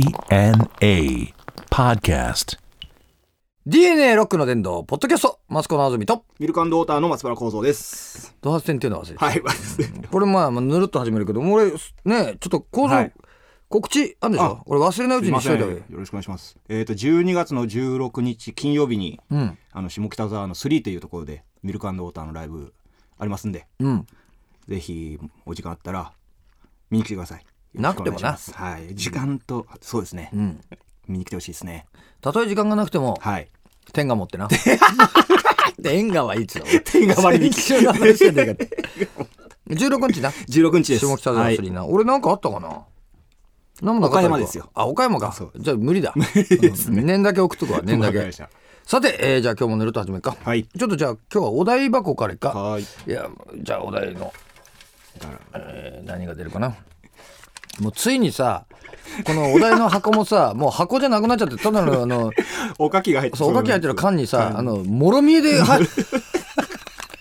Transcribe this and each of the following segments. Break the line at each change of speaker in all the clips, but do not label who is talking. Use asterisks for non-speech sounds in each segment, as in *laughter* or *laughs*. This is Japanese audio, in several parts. DNA Podcast.
DNA ロックの伝道ポッドキャストマスコのあずみと
ミルクウォーターの松原幸三です。
ド発展っていうのは忘れて、
はい。
これまあまあぬるっと始めるけどもう俺ねちょっと構造、
はい
告知あるんでしょ
あ
俺忘れないう
すい
ちに
ま
しと
せん。
いた
よ
方がいい
ろしくお願いします。えっ、と12月の16日金曜日に、
うん
あの下北沢の3というところでミルクウォーターのライブありますんで、
うん
ぜひお時間あったら見に来てください。
なくてもな
よろしくお願いしますはい。時間と、そうですね、
うん
見に来てほしいですね。
たとえ時間がなくても
はい。
天下持っ
*laughs*
てな天下はいいっつよ
天が *laughs* 割引。
一緒の話じゃねえかって16日な
16日です。
下北沢
は
の
い
スリーな、俺なんかあったかな何もなかった
岡山ですよ
あ岡山か
そう
じゃあ無理だうん念だけ送っとくわ念だ
わか
け
りました
さて、えーじゃあ今日もぬるっと始めるか
はい。
ちょっとじゃあ今日はお題箱からか
はい。
いやじゃあお題の、
だか
えー何が出るかなもうついにさこのお題の箱も
*laughs*
さもう箱じゃなくなっちゃってただのあの
らおかきが入って
そうおかき入ってる缶にさあのもろみえで入る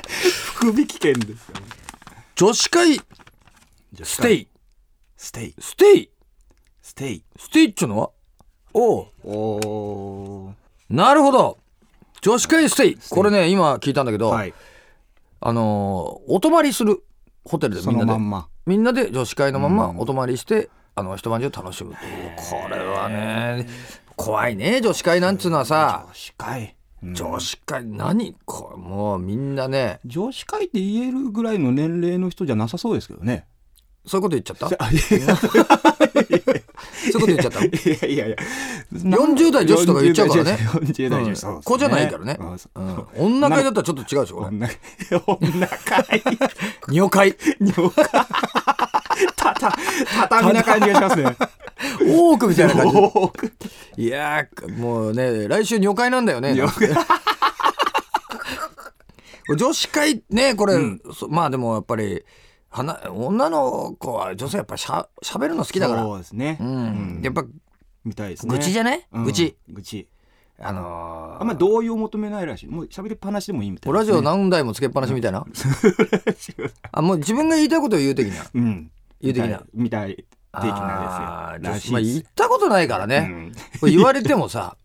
福引き券ですよね。
女子会ステイ
ステイ。
ステイ
ステイ。
ステイっちゅうのはおう
おお。
なるほど女子会ステイこれね今聞いたんだけど、
はい。
あのーお泊まりするホテルで
そ
みんな
の
で
まんま。
みんなで女子会のままお泊まりして、あの一晩中楽しむというこれはね怖いね女子会なんつうのはさ
女子会、
女子会何これもうみんなね
女子会って言えるぐらいの年齢の人じゃなさそうですけどね
そういうこと言っちゃったそう
い
いうこと言っちゃった
やいやいや
40代女子とか言っちゃうからね
40代女子
うん子じゃないからね
あそう
うん女会だったらちょっと違うでしょこれ
女女会
女会
女会たた畳な感じがしますね
多くみたいな感じ
多く
いやーもうね来週女会なんだよね
女会
*laughs* 女子会ねこれ、そまあでもやっぱり花女の子は女性やっぱしゃしゃべるの好きだから
そうですね
う、んやっぱ
みたいですね
愚痴じゃない、
うん
愚痴
愚痴
あのー
あんまり同意を求めないらしいもう喋りっぱなしでもいいみたいな
ラジオ何台もつけっぱなしみたいな、あもう自分が言いたいことを言う的
*laughs*
な
*laughs* うん
言う的な
みたい的な
あー
ですよらしい
まあ、
で
言っ
す
たことないから
う
ね、
ん
これ言われてもさ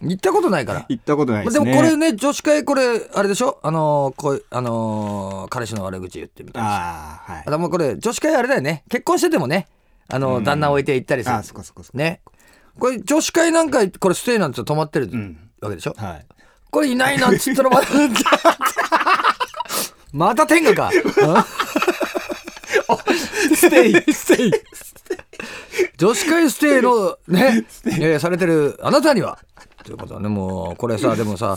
言ったことないから
行ったことない
ま
で
あですも
ね。
これね女子会これあれでしょあのーこうあのー彼氏の悪口言ってみたいな
ああ、はい
あ。でもこれ女子会あれだよね結婚しててもねあのー
うん
旦那置いて行ったりす
あ
る
あ、そこそこそこ。
ねこれ女子会なんかこれステイなんて泊まってる
うん。
わけでしょ、
はい。
これいないなっつったらまた *laughs* また天下か *laughs* ステイステイ女子会ステイのねえーされてるあなたにはということはねもうこれさでもさ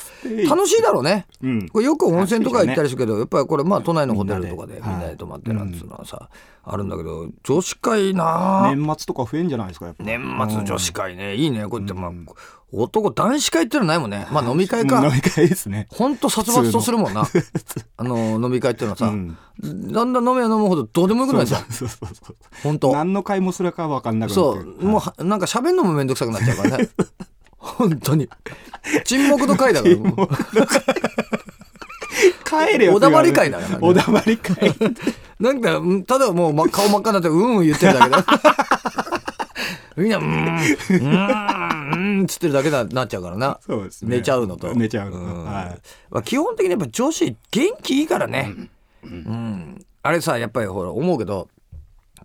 楽しいだろうね
うん。
これよく温泉とか行ったりするけどやっぱりこれまあ都内のホテルとかで
みんな
みん
で
なで泊まってなんつうのはさあるんだけど女子会なあ
年末とか増えんじゃないですか、やっぱ。
年末女子会ねいいねこうやってまあ男男子会ってのはないもんねまあ飲み会か
うん飲み会ですね。 *laughs*
ほんと殺伐とするもんな。 *laughs* あの飲み会っていうのはさ、
うん
だんだん飲めば飲むほどどうでもよくなるじゃん。
そうそうそう。
ほんと。
何の会もするかわかんなくなっ
そ
て
う、もうはなんか喋んのもめんどくさくなっちゃうからね。本当
*laughs*
に。沈黙の会だから。もう
帰れよ。
おだまり会だからね
おだまり
*laughs*
会。
なんか、うんただもうま顔真っ赤になって、うんうん言ってるだけ *laughs* だ。みんな、うーん、うーん、うーんっつってるだけになっちゃうからな。
そうですね
寝ちゃうのと。
寝ちゃうのと
ん
はい
まあ、基本的にやっぱ女子、元気いいからね。うんあれさ、やっぱりほら、思うけど、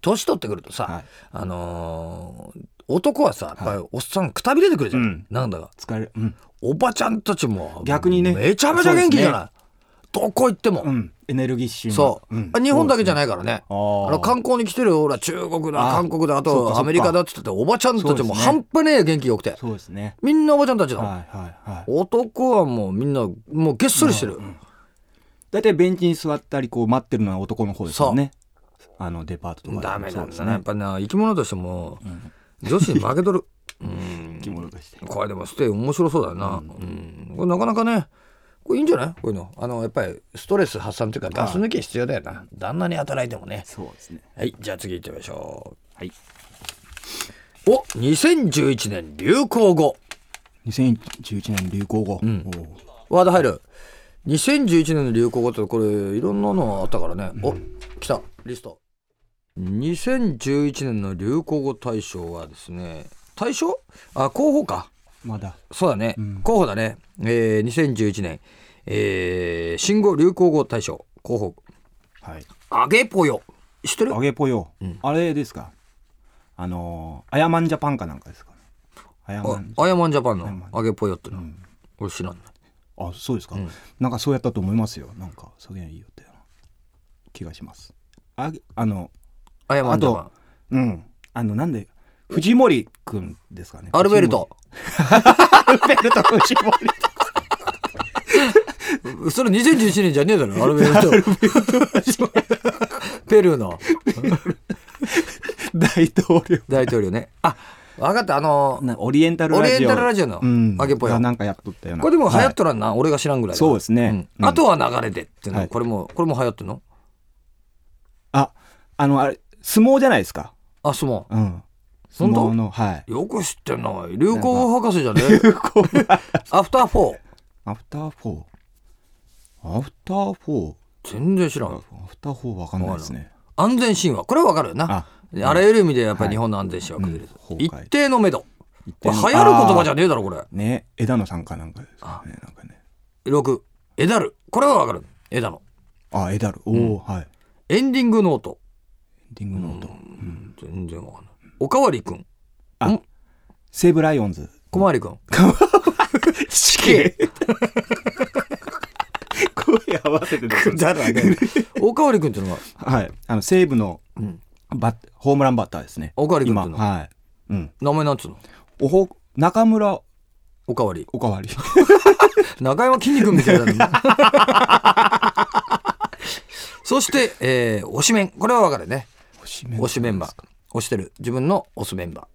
年取ってくるとさ、
はい
あのー男はさ、やっぱりおっさんくたびれてくるじゃん。
うん
なんだか。
疲れる。うん。
おばちゃんたちも、
逆にね
めちゃめちゃ元気じゃない。どこ行っても。
うん。エネルギッシュな。
そう、
ん
あ日本だけじゃないからね
あー
あの観光に来てるほら中国だ
あー
韓国だあ
そっかそっ
と
か
アメリカだっつってておばちゃんたちも
そうですね
半端ねえ元気よくて
そうですね。
みんなおばちゃんたちだもん、
はいはいはい。
男はもうみんなもうげっそりしてる、
大体ベンチに座ったり、こう待ってるのは男の方ですよね。あのデパートとかで。
ダメなん
そ
だな、
うで
やっぱな生き物としても、女子に負け *laughs* とる
すね。着物として。
これでもステイ面白そうだよな、うんこれなかなかねこれいいんじゃないこういうのあのやっぱりストレス発散というかガス抜き必要だよな、旦那に働いてもね
そうですね。
はいじゃあ次行ってみましょ
はい。
うお2011年流行語
2011年流行語、おう
ワード入る2011年の流行語ってこれいろんなのあったからね、お来たリスト2011年の流行語大賞はですね「対象あ候補か
まだ
そうだね、
うん
候補だね、えー、2011年、えー、新語・流行語大賞候補
はい
あげぽよ知ってる
揚げぽよ、
うん
あれですかあのー、あやまんジャパンかなんかですかねあやまん
あやまんジャパン
あや
の
まん
あげぽよっての、
うん
俺知らんね
あそうですか、
うん
なんかそうやったと思いますよなんかそげんいいよって気がしますあげあの
あやまんジャパン
うんあのなんで藤森くんですかね
アルベルト
藤森アルベルト藤
*laughs*
森
それ2011年じゃねえだろアルベルト *laughs* ペルーの
大統領
大統領ねあ分かったあの
なオリエンタルラジオ
オリエンタルラジオの
うん、
揚げぽよ
がなんかやっとったような
これでも流行っ
は
とらんな、俺が知らんぐらい
い
だ
そうですね、
うんあとは流れでっていうの、
はい
これもこれも流行ってんの
ああのあれ相撲じゃないですか
あ相撲
うん相
本当
撲のはい
よく知ってんな流行語博士じゃねえ
*laughs*
アフターフォー
アフターフォーアフターフォー
全然知らん
アフターフォーわかんないですね
安全神話これは分かるよな
あ
あらゆる意味でやっぱり日本の安全神話崩れてる、
はいうん崩壊
一定の目処
一
こ
定
れ
の
流行る言葉じゃねえだろこれ
ね枝野さんかなんかですかねなんかね
6エダルこれは分かるエダの
あ枝野おお、はいエ
エンディングノート
ンディングノート、
全然分かんないおかわりくん
西武ライオンズ
小回
*laughs*
りくん
死刑声合わせてくだらね
おかわりくんっていうのが
はいあの西武の
うん
バッホームランバッターですね
おかわりくんっ
今
ていうの
はいうん
名前なんつうの
おほ中村
おかわり
おか *laughs* わり
中山筋肉みたいだなそして、えー、推しメンこれは分かるね
推しメ
推しメンバー推してる自分の推すメンバー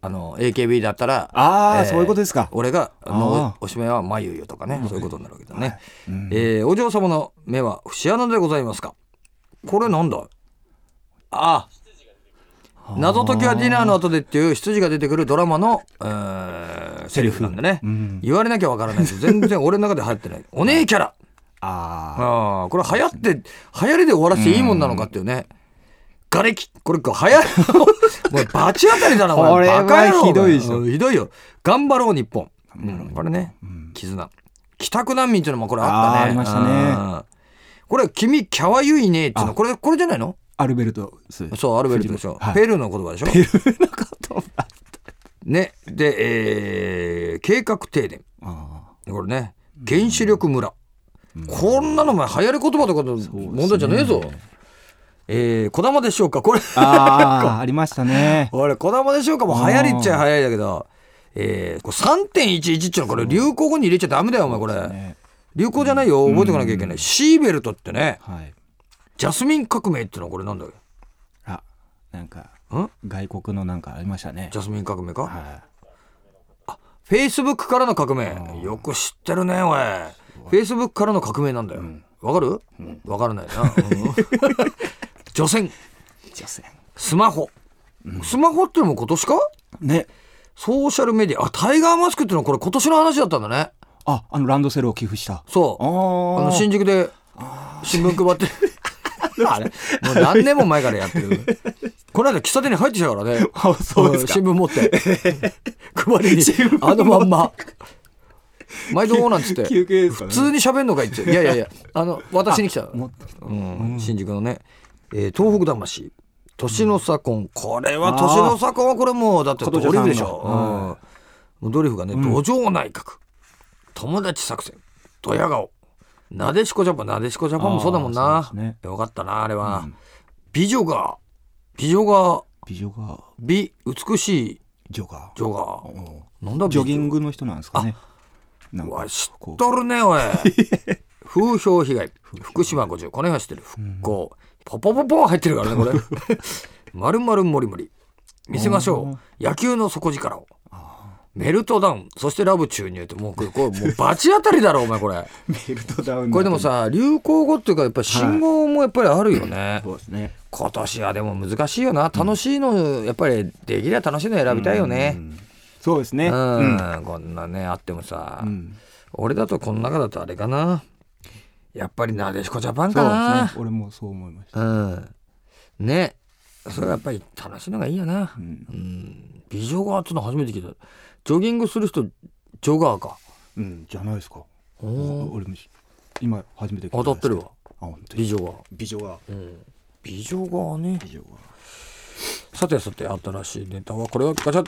あの AKB だったら
あーそういうことですか
俺があの
あー
推しメンはまゆゆとかねそういうことになるわけだね、
うん
えーお嬢様の目は節穴でございますかこれなんだああ謎解きはディナーの後でっていう羊が出てくるドラマの、えーセリフなんだね、
うん
言われなきゃわからないです全然俺の中で流行ってないお姉キャラ
あ
ああ、これ流行って、流行りで終わらせていいもんなのかっていうね。瓦礫これ、流行り、 *laughs* もうバチ当たりだな、
これは
バカ野郎
ひどいでしょ
うんひどいよ。頑張ろう、日本。う、
頑張ろうん
これね、
ーうん
絆。帰宅難民っていうのもこれあった
あ
ね。
ーありましたね
うん。これ、君、キャワユイねっていうの、
あ
これ、これじゃないの
アルベルトス
そう、アルベルトでしょ。
はい
ペルーの言葉でしょ。ペルーの言葉。ね。で、えー計画停電。
あ
これね、原子力村。こんなのお前流行り言葉とかの問題じゃねえぞ。えー、こだまでしょうかこれ、
ーあーありましたね
俺、こだまでしょうかも流行りっちゃ流行りだけど、えー、これ3.11っていうのはこれ流行語に入れちゃダメだよ、お前これ。
*laughs* ね
流行じゃないよ、覚えておかなきゃいけない。シーベルトってね、
はい
ジャスミン革命っていうのはこれなんだっ
あなんか
けん
外国のなんかありましたね
ジャスミン革命か
は
フェイスブックからの革命。よく知ってるね、おい。フェイスブックからの革命なんだよ。わかるわ、からないな。うん *laughs* 除染、
い女性
スマホ。スマホってのも今年か
ね
ソーシャルメディア。あ、タイガーマスクっていうのはこれ今年の話だったんだね。
ああのランドセルを寄付した
そう。あ
あ
の、新宿で新聞配って。 *laughs* あれもう何年も前からやってる。この間喫茶店に入ってきたから *laughs* ね。
*laughs* あ *laughs* そうですか
新聞持って。
*laughs*
配りに、あのまんま。毎度なんつって。
休憩です
普
かね
通に喋んのかいって。いやいや
*laughs*
いや、あの、私に来た。
持ってきた
うん新宿のね、えー東北魂年の差婚、これは年の差婚はこれもうだってド
琴
リ
女さんの
フでしょ、
う
うん
ん
もうドリフがね「土壌内閣」友達作戦」「ドヤ顔」「なでしこジャパン」「なでしこジャパン」もそうだもん
あー
な、
そうです
よかったなあれは、美女が美女が
美女が
美美しい
女が
女が
うん
なんだ
ジョギ
グ
ングの人なんですかねなん
うわ
か
知っ
こう
とるね
*laughs*
おい風評被害福島50この辺は知ってる復興、ポポポポン入ってるからねこ
*laughs*
れ丸々もりもり見せましょう野球の底力をメルトダウンそしてラブ注入ってもうこれこれもうバチ当たりだろお前これ
メルトダウン
これでも
*laughs*
さ流行語っていうかやっぱ信号もやっぱりあるよね、
そうですね
今年はでも難しいよな楽しいのやっぱりできれば楽しいの選びたいよね
うんそうですね
うん
うん
こんなねあってもさ、
うん
俺だとこの中だとあれかなやっぱりなでしこジャパン
そ
か
うです
な
ね俺もそう思いました
うんねそれはやっぱり楽しいのがいいよな
う。ん
うん。ビジョガーっていうの初めて聞いた。ジョギングする人、ジョガーか。
うん、じゃないですか
お
お
お。
俺も今初めて聞いたん
当た
です
って
け
る
ど
わ。
あ本当
ビ
に
ジョガー。
美女が
うん。ビジョガーね。
美女が
さてさて、新しいネタはこれはガチャ。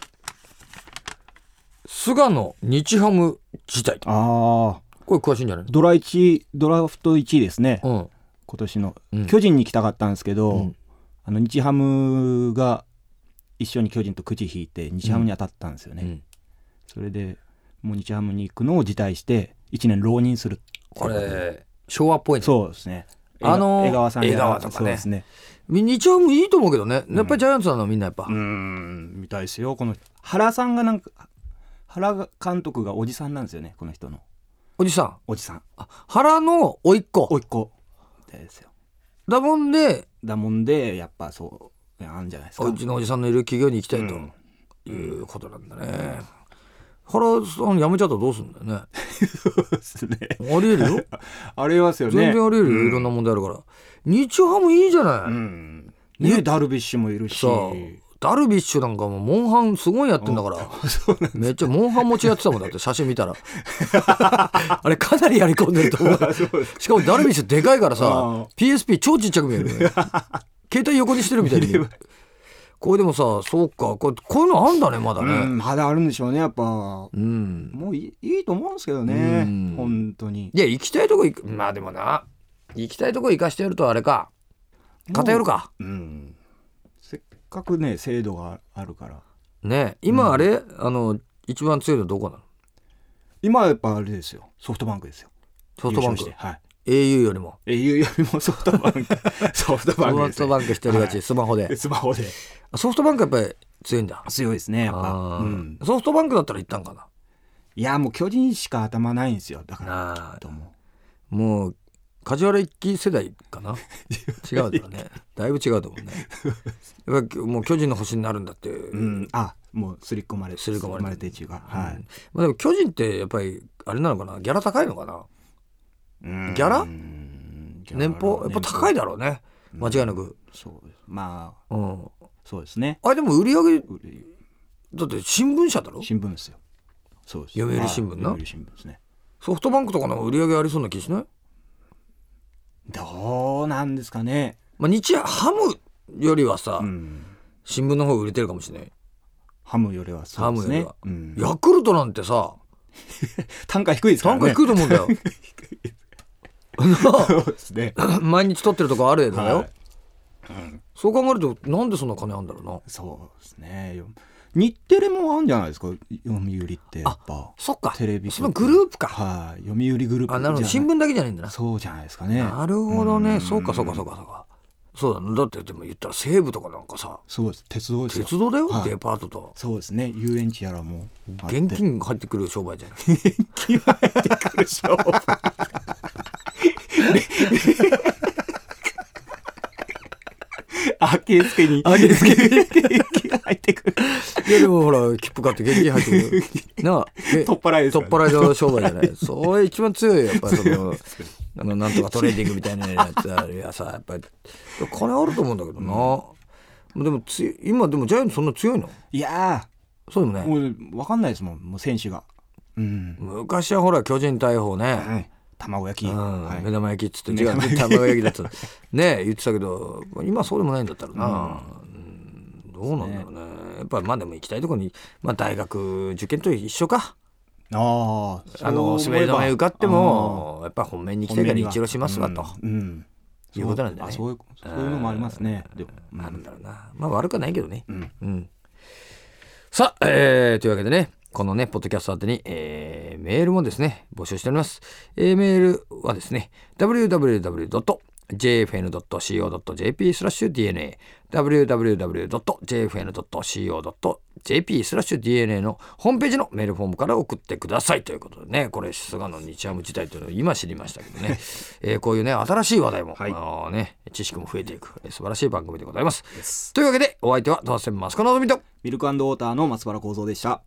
菅野日ハム自体。
ああ
これ詳しいんじゃない
ドラ1ドラフト1位ですね
うん。
今年の、
うん
巨人に来たかったんですけど、
うん
あの日ハムが一緒に巨人とくじ引いて日ハムに当たったんですよね、
うん
それでもう日ハムに行くのを辞退して1年浪人する
これ、昭和っぽいね。
そうですね
あのー
江川さんが
江川とかね
そうですね
日ハムいいと思うけどね。やっぱりジャイアンツなのみんなやっぱ
うー。んみたいですよこの原さんがなんか原監督がおじさんなんですよねこの人の
おじさん。
おじさん
あ原の甥いっ子
おいっ子ですよ
だもんで
だもんでやっぱそうあるんじゃないですか
うちのおじさんのいる企業に行きたいと、
うん
いうことなんだね原さん辞めちゃったらどうすんだよね
ですね
ありえるよ
*laughs* ありますよね
全然ありえるよ、
うん
いろんな問題あるから日ハムいいじゃない、
うんねダルビッシュもいるし
さあダルビッシュなんかもうモンハンすごいやってんだから、
*laughs*
めっちゃモンハン持ちやってたもんだって写真見たらあれかなりやり込んでると思うしかもダルビッシュでかいから
あ
さ
あ
PSP 超ちっちゃく見えるね携帯横にしてるみたいに見えるこれでもさそうかこれこういうのあんだねまだ
う
ね
んまだあるんでしょうねやっぱも
うん、
ういいいいと思うんですけど
うん
ね本当に
いや行きたいとこ行くまあでもな行きたいとこ行かしてやるとあれか偏るか
うんせっかくね制度があるから
ね今あれ、あの一番強いのどこなの
今はやっぱあれですよソフトバンクですよ
ソフトバンク
優勝してはい
au よりも
えいうよりもソフトバンク *laughs* ソフトバン
ソフ
クです
ト
ね
バンク一人勝ちスマホで
スマホで
ソフトバンクやっぱり強いんだ
強いですねやっぱ
あー
うん
ソフトバンクだったら行ったんかない
やもう巨人しか頭ないんですよだから
なあ
と思う
もう梶原一騎世代か
*laughs*
な違うだろうねだいぶ違うと思うねやっぱりもう巨人の星になるんだっていう、
うんあもう刷り込まれて
刷り込まれて
てっていうかは
うん
い
まあ、でも巨人ってやっぱりあれなのかなギャラ高いのかな
うん
ギャラ
うんギャラ
年俸やっぱ高いだろうね間違いなく、
そうですまあ
うん、
そうですね
あれでも売り上げ
うる
だって新聞社だろ
新聞ですよそうです
読売新聞な
はい読売新聞ですね
ソフトバンクとかの方が売り上げありそうな気しない、
どうなんですかね
まあ、日ハムよりはさ、
うん
新聞の方が売れてるかもしれない
ハムよりはそうですね
ハ
うん
ヤクルトなんてさ
単価低いですから
単
ね
価低いと思うん
*laughs*
だよ
そうですね
*laughs* 毎日撮ってるとこあるやだよ、
はい
そう考えるとなんでそんな金あんだろうな
*laughs* そうですねよ日テレもあるんじゃないですか読売ってやっぱ
そっか
テレビ局
そのグループか、
はい読売グループ
あなるほど
じゃ
新
い
聞だけじゃないんだな
そうじゃないですかね
なるほど
う
ね
ん
そうかそうかそうかそうかそうだねだってでも言ったら西武とかなんかさ
そうです鉄道ですよ
鉄道だよ、
はい
デパートと
そうですね遊園地やらもあって
現金入ってくる商売じゃない
でしょあけすけにあけすけに入っ
*laughs*
てくる
いやでもほら切符買って現金入ってく
*laughs*
るなあえ
取っ払いです
取
か
っ
ら
払いの商売じゃ
*laughs*
ないそれ一番強いよやっぱりそのあのなんとかトレーディングみたいなやつあるやさやっぱり金あると思うんだけどな、でもつい今でもジャイアンツそんな強いの
いや
そうでも
ー
ね
もう分かんないですもんもう選手がうん、
昔はほら巨人大砲ね、
うん、卵焼き、
うん
はい
目玉焼きっつって
目
違う
玉焼き
卵焼きだったね言ってたけど今はそうでもないんだったらな、うんどうなんだろうねやっぱまあでも行きたいとこに、まあ、大学受験と一緒か
ああ
あの滑り止め受かってもやっぱ本面に行きたいから一
応
応しますわと、
うんうん
いうことなんだね
そうあそういうそういうのもありますねでもうん
あるんだろうなまあ悪くはないけどね
うん
うんさあ、えーというわけでねこのねポッドキャスト宛てに、えーメールもですね募集しております、えーメールはですね www.jfn.co.jp スラッシュ DNA www.jfn.co.jp スラッシュ DNA のホームページのメールフォームから送ってくださいということでねこれ菅野日ハム時代というのを今知りましたけど
*laughs*
ね、えーこういうね新しい話題も、
はい
あのね、知識も増えていくえー素晴らしい番組でございます。というわけでお相手は当選マスコのぞみと
ミルクウォーターの松原幸三でした